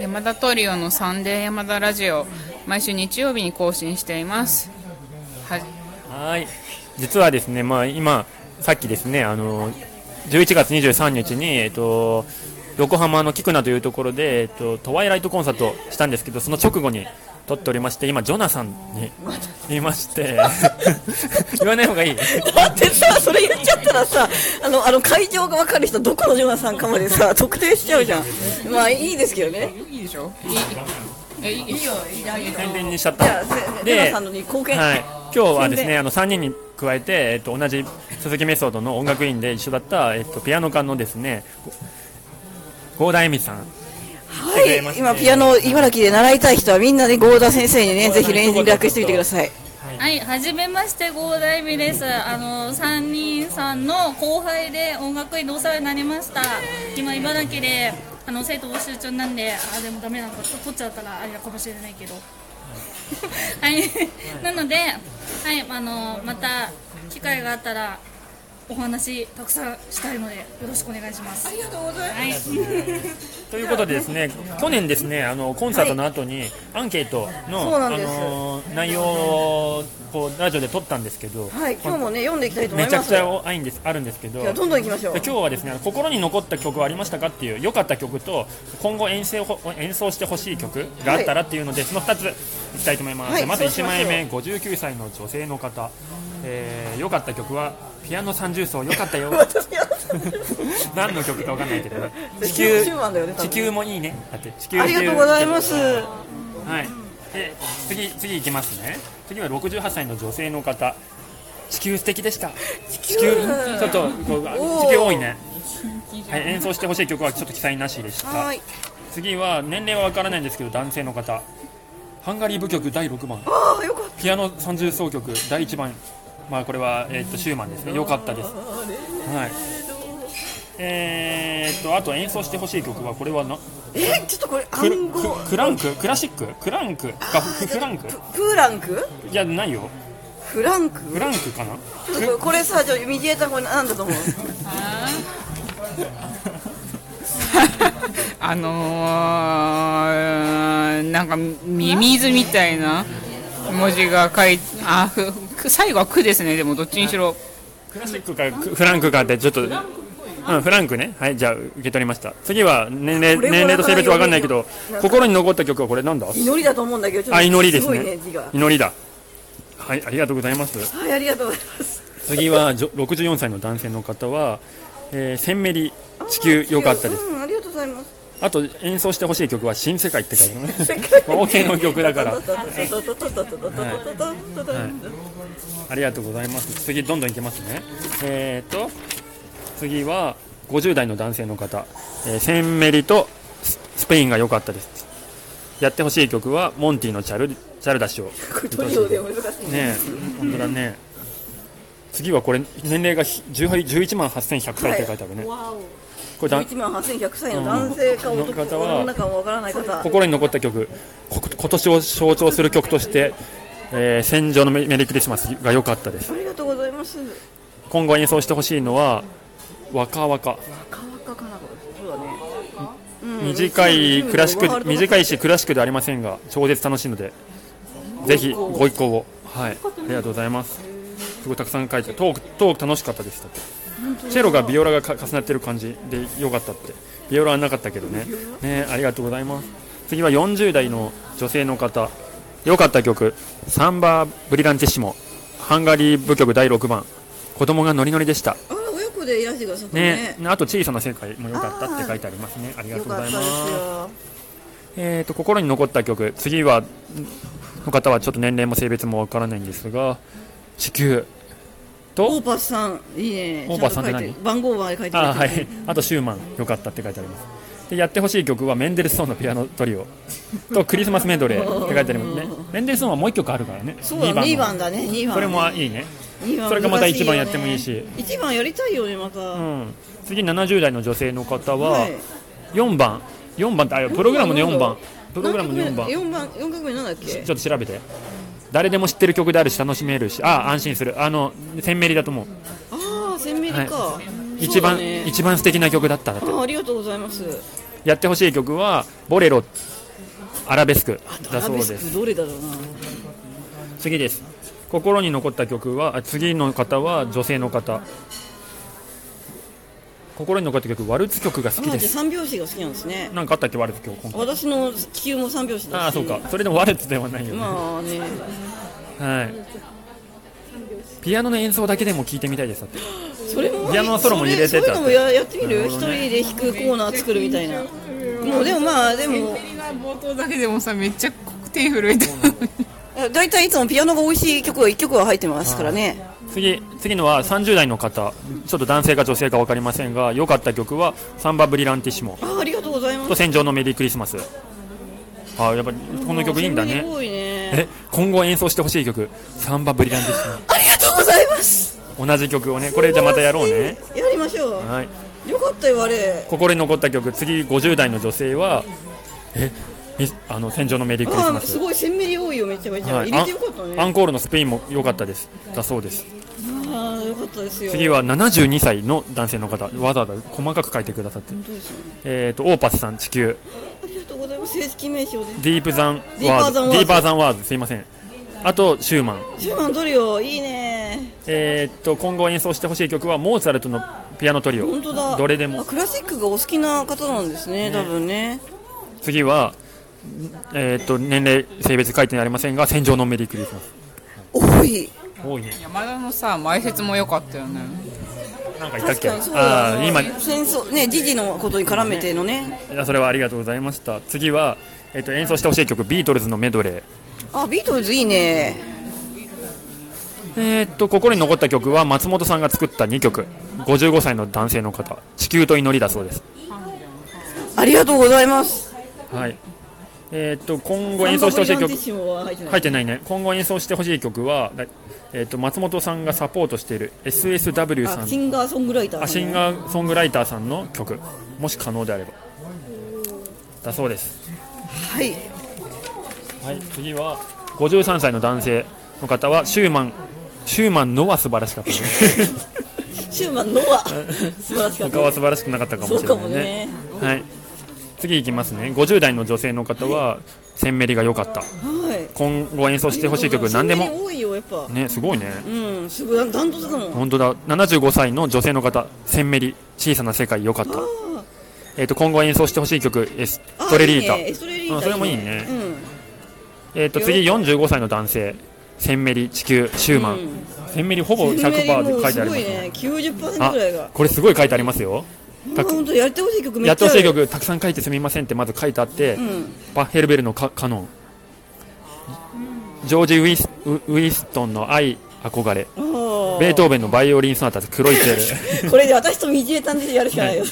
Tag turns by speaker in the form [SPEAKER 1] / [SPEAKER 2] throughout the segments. [SPEAKER 1] 山田トリオのサンデー山田ラジオ毎週日曜日に更新していますは
[SPEAKER 2] はい実はですね、まあ、今さっきですねあの11月23日に、えっと、横浜の菊名というところで、えっと、トワイライトコンサートしたんですけどその直後に撮っておりまして今ジョナサンにいまして 言わない方がいい
[SPEAKER 3] だってさそれ言っちゃったらさあのあの会場が分かる人どこのジョナサンかま でさ特定しちゃうじゃんまあいいですけどね
[SPEAKER 1] いいでしょいいいいえいい
[SPEAKER 3] いいよいいよいいよ
[SPEAKER 2] 宣伝にしちゃっ
[SPEAKER 3] じ
[SPEAKER 2] た
[SPEAKER 3] ゃあせ
[SPEAKER 2] で
[SPEAKER 3] ジョナサンのに貢献、
[SPEAKER 2] はい、今日はです
[SPEAKER 3] 宣
[SPEAKER 2] ね
[SPEAKER 3] 伝
[SPEAKER 2] あの3人に加えて、えっと、同じ鈴木メソードの音楽院で一緒だった、えっと、ピアノ科のですね郷田恵美さん
[SPEAKER 3] はい今ピアノを茨城で習いたい人はみんなね郷田先生にねぜひ連絡してみてください
[SPEAKER 4] はい、はじめまして、郷田恵美です。あの、三人さんの後輩で音楽院でお世話になりました。今、茨城で、あの、生徒募集中なんで、あ、でもダメなんか、ちょっと取っちゃったらあれかもしれないけど。はい、なので、はい、あの、また、機会があったら、お話たくさんしたいので、よろしくお願いします。ありがとうございます。
[SPEAKER 2] ということでですね、去年ですね、あのコンサートの後にアンケートの、
[SPEAKER 3] そうな
[SPEAKER 2] あ
[SPEAKER 3] んです
[SPEAKER 2] の内容をこうラジオで撮ったんですけど、
[SPEAKER 3] はい今日もね読んでいきたいと思
[SPEAKER 2] め
[SPEAKER 3] い
[SPEAKER 2] ちゃ
[SPEAKER 3] ま
[SPEAKER 2] く
[SPEAKER 3] す
[SPEAKER 2] ちゃ多いんですあるんですけど、
[SPEAKER 3] じゃあどんどんいきましょう
[SPEAKER 2] で今日はですね、心に残った曲はありましたかっていう良かった曲と今後演奏を演奏してほしい曲があったらっていうので、その2ついきたいと思います。
[SPEAKER 3] はい
[SPEAKER 2] まず
[SPEAKER 3] そうし
[SPEAKER 2] 1
[SPEAKER 3] ましょう
[SPEAKER 2] 枚目、59歳の女性の方、えー良かった曲はピアノ30奏良かったよ。
[SPEAKER 3] 私は
[SPEAKER 2] 何の曲かわかんないけど、地球
[SPEAKER 3] 9番だよね多
[SPEAKER 2] 地
[SPEAKER 3] 分
[SPEAKER 2] 球もいいね。だって地球
[SPEAKER 3] ありがとうございます
[SPEAKER 2] はい。で次次いきますね。次は68歳の女性の方。地球素敵でした。地球ちょっとこう
[SPEAKER 3] おー
[SPEAKER 2] 地球多いね。はい演奏してほしい曲はちょっと記載なしでした。
[SPEAKER 3] はい
[SPEAKER 2] 次は年齢はわからないんですけど男性の方。ハンガリー舞曲第6番。
[SPEAKER 3] ああよかっ
[SPEAKER 2] ピアノ三重奏曲第1番、まあ、これは、えっとシューマンですね、良かったです。はいえーっとあと演奏してほしい曲は、これはな
[SPEAKER 3] たえちょっとこれ
[SPEAKER 2] ク
[SPEAKER 3] 暗号
[SPEAKER 2] ククランク、クラシック、クランクか、クランク
[SPEAKER 3] プーランク
[SPEAKER 2] いや、ないよ、
[SPEAKER 3] フランク
[SPEAKER 2] フランクかな、
[SPEAKER 3] ちょっとこれさちょっと右へたこれなんだ と思う
[SPEAKER 1] あのー、なんかミミズみたいな文字が書いてあふく最後は「く」ですねでもどっちにしろ
[SPEAKER 2] クラシックか、クフランクかって、ちょっと、うん、フランクね、はい、じゃあ、受け取りました、次は年齢
[SPEAKER 3] これも
[SPEAKER 2] 年齢と性別わかんないけ
[SPEAKER 3] な
[SPEAKER 2] ど
[SPEAKER 3] かなか、
[SPEAKER 2] 心に残った曲はこれ、なんだ
[SPEAKER 3] 祈りだと思うんだけどちょっ
[SPEAKER 2] あ、
[SPEAKER 3] と
[SPEAKER 2] 祈りです
[SPEAKER 3] ごい
[SPEAKER 2] ね
[SPEAKER 3] ね字が、
[SPEAKER 2] 祈りだ、はい、ありがとうございます。
[SPEAKER 3] はいありがとうございます
[SPEAKER 2] 次はじょ64歳の男性の方は、えー、センメリ地球良かったです
[SPEAKER 3] うんありがとうございます
[SPEAKER 2] あと演奏してほしい曲は新世界って書いてあるね
[SPEAKER 3] 世 界
[SPEAKER 2] OK の曲だから
[SPEAKER 3] は
[SPEAKER 2] ありがとうございます次どんどんいきますねえー、と次は50代の男性の方、えー、センメリとススペインが良かったですやってほしい曲はモンティのチャルチャルダッ シュを
[SPEAKER 3] い、トリオで難しいね。
[SPEAKER 2] ねえ本当だね次はこれ年齢がひ18 11万8100歳って書いてあるね、
[SPEAKER 3] わお。
[SPEAKER 2] これだ
[SPEAKER 3] 一万八千百歳の男性か
[SPEAKER 2] うん
[SPEAKER 3] 男か
[SPEAKER 2] の方は
[SPEAKER 3] 女かもわからない方。
[SPEAKER 2] 心に残った曲こ今年を象徴する曲として「えー戦場のメリークリスマス」が良かったです
[SPEAKER 3] ありがとうございます。
[SPEAKER 2] 今後演奏してほしいのは「若々」
[SPEAKER 3] かわかかなこれ。そうだね。
[SPEAKER 2] 短いクラシ
[SPEAKER 3] ワー
[SPEAKER 2] ック
[SPEAKER 3] ルドカップ
[SPEAKER 2] 短いしクラシックではありませんが超絶楽しいのでぜひご一行をはいありがとうございますすごいたくさん書いてトークトーク楽しかったですだってチェロがビオラがか重なってる感じで良かったってビオラはなかったけどねねありがとうございます次は40代の女性の方良かった曲「サンバブリランティッシモ」ハンガリー舞曲第6番子供がノリノリでした
[SPEAKER 3] あら親子でいらしてくださった
[SPEAKER 2] ね
[SPEAKER 3] ね。
[SPEAKER 2] あと小さな世界も良かったって書いてありますねありが
[SPEAKER 3] よ
[SPEAKER 2] とうござ
[SPEAKER 3] かっ
[SPEAKER 2] い
[SPEAKER 3] た
[SPEAKER 2] ま
[SPEAKER 3] です
[SPEAKER 2] す
[SPEAKER 3] よ。
[SPEAKER 2] えー、と心に残った曲次はんの方はちょっと年齢も性別もわからないんですが「地球
[SPEAKER 3] オ
[SPEAKER 2] と
[SPEAKER 3] ーパスさんいいね。
[SPEAKER 2] オーパスさんって何
[SPEAKER 3] ちゃと書いる番号まで書い」てくれてる
[SPEAKER 2] あ,、はい、あと「シューマン」よかったって書いてありますでやってほしい曲はメンデルスソーンのピアノトリオとクリスマスメドレーって書いてあり ますねメンデルスソーンはもう1曲あるからね
[SPEAKER 3] そうだね。
[SPEAKER 2] 二
[SPEAKER 3] 二
[SPEAKER 2] 番
[SPEAKER 3] 番
[SPEAKER 2] の
[SPEAKER 3] だね。二番。
[SPEAKER 2] それもいいね
[SPEAKER 3] 二番
[SPEAKER 2] それがまた一番やってもいいし
[SPEAKER 3] 難よね一番やりたいよねまた。
[SPEAKER 2] う
[SPEAKER 3] は
[SPEAKER 2] ん次70代の女性の方はい4番4番ってあプログラムの4番プログラムの4番
[SPEAKER 3] 四番四曲目なんだっけ
[SPEAKER 2] ち。ょっと調べて誰でも知ってる曲であるし楽しめるしあ安心するあの鮮明だと思う
[SPEAKER 3] ああ、鮮明か。
[SPEAKER 2] は
[SPEAKER 3] そ
[SPEAKER 2] 一
[SPEAKER 3] うだ
[SPEAKER 2] 番
[SPEAKER 3] ね
[SPEAKER 2] 一番素敵な曲だっただって
[SPEAKER 3] あーありがとうございます。
[SPEAKER 2] やってほしい曲は「ボレロ」アラベスクだ
[SPEAKER 3] ア
[SPEAKER 2] そう
[SPEAKER 3] ベ
[SPEAKER 2] で
[SPEAKER 3] ス
[SPEAKER 2] す
[SPEAKER 3] クどれだろうな
[SPEAKER 2] 次です心に残った曲はあ次の方は女性の方心に残った曲ワルツ曲が好き
[SPEAKER 3] あ
[SPEAKER 2] で
[SPEAKER 3] じゃあ
[SPEAKER 2] す
[SPEAKER 3] 三拍子が好きなんですね
[SPEAKER 2] なんかあったっけワルツ曲今回
[SPEAKER 3] 私の地球も三拍子だし
[SPEAKER 2] ああそうかそれでもワルツではないよね、
[SPEAKER 3] まあね
[SPEAKER 2] はいピアノの演奏だけでも聴いてみたいですだって
[SPEAKER 3] それも
[SPEAKER 2] ピアノのソロも入れてた
[SPEAKER 3] それそういうのもややってみ
[SPEAKER 2] な
[SPEAKER 3] る
[SPEAKER 2] るほ
[SPEAKER 3] 一人
[SPEAKER 2] どね
[SPEAKER 3] で弾くコーナー作るみたいなもうでもまあでも
[SPEAKER 1] 冒頭だけでもさめっちゃ手震えて
[SPEAKER 3] だいたいいつもピアノが美味しい曲は一曲は入ってますからね
[SPEAKER 2] 次次のは30代の方ちょっと男性か女性か分かりませんが良かった曲は「サンバ・ブリランティッシモ
[SPEAKER 3] あーありがとうござい」ま
[SPEAKER 2] と「
[SPEAKER 3] す
[SPEAKER 2] 戦場のメリークリスマス」あーやっぱりこの曲いいんだ
[SPEAKER 3] す
[SPEAKER 2] ね
[SPEAKER 3] ごいね
[SPEAKER 2] え今後演奏してほしい曲「サンバ・ブリランティッシ
[SPEAKER 3] ありがとうございます
[SPEAKER 2] モ」同じ曲をねこれじゃあまたやろうね
[SPEAKER 3] やりましょう
[SPEAKER 2] はい
[SPEAKER 3] よかったよあれ
[SPEAKER 2] 心に残った曲次50代の女性はえみあの戦場のメリークリス
[SPEAKER 3] あ
[SPEAKER 2] マ
[SPEAKER 3] ー
[SPEAKER 2] ス
[SPEAKER 3] すごい鮮明に多いよめちゃめちゃ、
[SPEAKER 2] はい
[SPEAKER 3] 入れてよかったね
[SPEAKER 2] アンコールのスペインも良かったですだそうです
[SPEAKER 3] ああよかったですよ
[SPEAKER 2] 次は72歳の男性の方わざわざ細かく書いてくださって
[SPEAKER 3] どうですね
[SPEAKER 2] えー、とオーパスさん地球
[SPEAKER 3] ありがとうございます正式名称で
[SPEAKER 2] ディープザンワ
[SPEAKER 3] ディーパー
[SPEAKER 2] ー
[SPEAKER 3] ザ
[SPEAKER 2] ド
[SPEAKER 3] ンワーズ
[SPEAKER 2] ディーパーザンワーズすいませんあとシューマン
[SPEAKER 3] 10万取るよいいね
[SPEAKER 2] えー、と今後演奏してほしい曲はモーツァルトのピアノトリ
[SPEAKER 3] 本当だ
[SPEAKER 2] オどれで
[SPEAKER 3] あ
[SPEAKER 2] も
[SPEAKER 3] クラシックがお好きな方なんですね多分ね
[SPEAKER 2] 次は、えー、と年齢性別書いてありませんが戦場のメリークリスマス
[SPEAKER 3] 多い
[SPEAKER 2] 多いね
[SPEAKER 1] 山田のさ前説も良かったよね
[SPEAKER 2] なんかいたっ
[SPEAKER 3] 確
[SPEAKER 2] け
[SPEAKER 3] かにそうだ
[SPEAKER 2] ああー今
[SPEAKER 3] 戦争ね時事のことに絡めてのね
[SPEAKER 2] いやそれはありがとうございました次は、えー、と演奏してほしい曲ビートルズのメドレー
[SPEAKER 3] あビートルズいいね
[SPEAKER 2] えー、っと心に残った曲は松本さんが作った2曲55歳の男性の方「地球と祈り」だそうです
[SPEAKER 3] ありがとうございます
[SPEAKER 2] はいえー、っと今後演奏してほしい
[SPEAKER 3] サンバブリランティッ
[SPEAKER 2] 曲
[SPEAKER 3] シモは入ってない
[SPEAKER 2] 入ってないね今後演奏してほしい曲は、だえー、っと松本さんがサポートしている SSW さ
[SPEAKER 3] あシ
[SPEAKER 2] ん
[SPEAKER 3] ンガーソングライター
[SPEAKER 2] あシンガーソングライターさんの曲もし可能であればだそうです、
[SPEAKER 3] はい
[SPEAKER 2] はい、次は53歳の男性の方はシューマンシューマンのは素晴らしかったね
[SPEAKER 3] シューマンのは素晴らしかっ
[SPEAKER 2] 他は
[SPEAKER 3] た
[SPEAKER 2] 素晴らしくなかったかも
[SPEAKER 3] そう
[SPEAKER 2] しれ
[SPEAKER 3] か
[SPEAKER 2] な
[SPEAKER 3] も
[SPEAKER 2] い
[SPEAKER 3] ね
[SPEAKER 2] はい、次いきますね50代の女性の方はセンメリが良かった
[SPEAKER 3] はい
[SPEAKER 2] 今後演奏してほしい曲何で
[SPEAKER 3] シン
[SPEAKER 2] も
[SPEAKER 3] メリ多いよやっぱ
[SPEAKER 2] ねすごいね
[SPEAKER 3] うんすごいダントツだもん
[SPEAKER 2] 本当だ75歳の女性の方センメリ小さな世界良かったえっ、と今後演奏してほしい曲エス
[SPEAKER 3] あ
[SPEAKER 2] トレリータ
[SPEAKER 3] いいねエストレリータ
[SPEAKER 2] あそれもいいね
[SPEAKER 3] うん
[SPEAKER 2] えっ、と次45歳の男性センメリ地球シューマン、
[SPEAKER 3] うん
[SPEAKER 2] センメリほぼ100%で書いてありますね
[SPEAKER 3] すごいね90%
[SPEAKER 2] あ
[SPEAKER 3] ぐらいが
[SPEAKER 2] これすごい書いてありますよ
[SPEAKER 3] あ本当やってほしい曲め
[SPEAKER 2] や
[SPEAKER 3] っ
[SPEAKER 2] っ
[SPEAKER 3] ち
[SPEAKER 2] て
[SPEAKER 3] ゃあ
[SPEAKER 2] ほ
[SPEAKER 3] る
[SPEAKER 2] しい曲たくさん書いてすみませんってまず書いてあって、
[SPEAKER 3] うん
[SPEAKER 2] バッヘルベルのカカノンジョージ・ウィスウウィストンの「愛憧れ」
[SPEAKER 3] あー
[SPEAKER 2] ベートーベンの「バイオリン・ソナタ」黒いチェル
[SPEAKER 3] これで私と道枝さんでやるしかないよ、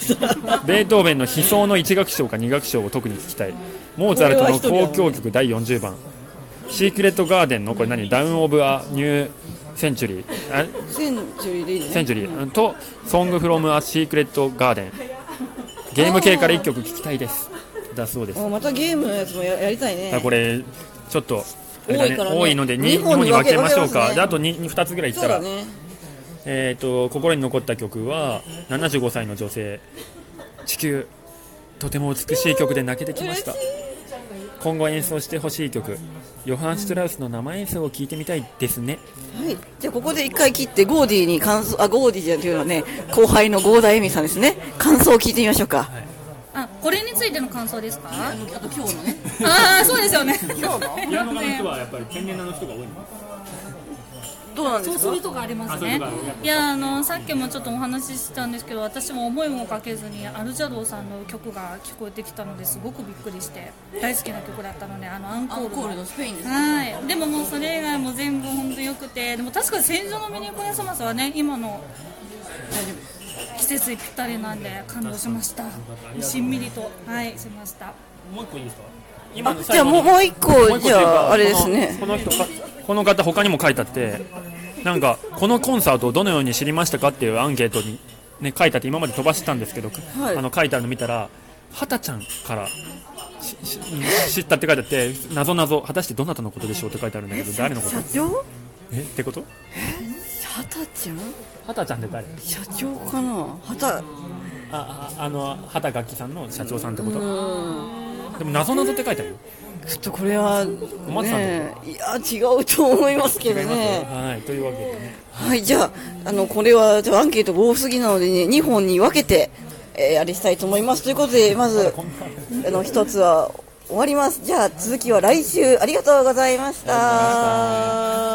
[SPEAKER 2] ベートーベンの「悲壮の1楽章か2楽章を特に聞きたいモーツァルトの交響曲第40番「シークレット・ガーデン」のこれ何ダウン・オブ・ア・ニュー・センチュリーあ
[SPEAKER 3] センチュリーでいいね
[SPEAKER 2] センチュリーと「ソング・フロム・ア・シークレット・ガーデン」ゲーム系から1曲聞きたいですだそうです
[SPEAKER 3] あまたゲームのやつもややりたいね
[SPEAKER 2] あこれちょっとあれだ
[SPEAKER 3] 多い
[SPEAKER 2] ね
[SPEAKER 3] からね
[SPEAKER 2] 多いのでに
[SPEAKER 3] 二
[SPEAKER 2] 2
[SPEAKER 3] 本
[SPEAKER 2] 本
[SPEAKER 3] に
[SPEAKER 2] に
[SPEAKER 3] 分
[SPEAKER 2] 分
[SPEAKER 3] け
[SPEAKER 2] けましょう
[SPEAKER 3] 分け
[SPEAKER 2] か
[SPEAKER 3] ますね
[SPEAKER 2] であと 2, つぐらいいっ
[SPEAKER 3] そう
[SPEAKER 2] た
[SPEAKER 3] だ
[SPEAKER 2] ら、
[SPEAKER 3] ね
[SPEAKER 2] えー、と心に残った曲は75歳の女性「地球」とても美しい曲で泣けてきました今後演奏してほしい曲ヨハン・シュトラウスの生演奏を聴いてみたいですね
[SPEAKER 3] はいじゃあここで一回切ってゴーディに感想あゴーディじゃんというのはね後輩の郷田恵美さんですね感想を聞いてみましょうか
[SPEAKER 4] あこれについての感想ですか
[SPEAKER 3] あと今日のね
[SPEAKER 4] ああそう ですよね今
[SPEAKER 2] ピアノの人はやっぱり天然の人が多い
[SPEAKER 3] どうなんで
[SPEAKER 4] そう
[SPEAKER 3] す
[SPEAKER 4] す
[SPEAKER 3] か
[SPEAKER 4] るとかありますね。いやあのさっきもちょっとお話ししたんですけど、私も思いもかけずにアルジャドーさんの曲が聞こえてきたのですごくびっくりして大好きな曲だったのであのアンコールの。
[SPEAKER 3] のスペインで
[SPEAKER 4] はい。でももうそれ以外も全部本当良くて、でも確かに戦場のミニコネソマスはね今の季節にぴったりなんで感動しました。しんみりとはいしました。
[SPEAKER 2] もう一個いいですか
[SPEAKER 3] あじゃあもうもう一個じゃああれですね
[SPEAKER 2] この人かこの方他にも書いてあってなんかこのコンサートをどのように知りましたかっていうアンケートに、ね、書いてあって今まで飛ばしてたんですけど、
[SPEAKER 3] い
[SPEAKER 2] あの書いてあるの見たら「はたちゃんからしし知った」って書いてあって「なぞなぞ果たしてどなたのことでしょう」って書いてあるんだけど誰のこと
[SPEAKER 3] 社長
[SPEAKER 2] えってこと
[SPEAKER 3] 社たちゃん
[SPEAKER 2] はたちゃんって誰
[SPEAKER 3] 社長かなはた
[SPEAKER 2] あああの畑楽器さんの社長さんってことでもなぞなぞって書いてあるよ
[SPEAKER 3] ちょっとこれは、
[SPEAKER 2] 松さん
[SPEAKER 3] ね、いや、違うと思いますけどね。
[SPEAKER 2] はい、というわけでね。
[SPEAKER 3] はい、じゃあ、あの、これは、ちょっとアンケートが多すぎなのでね、2本に分けて、えーあれしたいと思います。ということで、まず、あの、一つは終わります。じゃあ、続きは来週、ありがとうございました。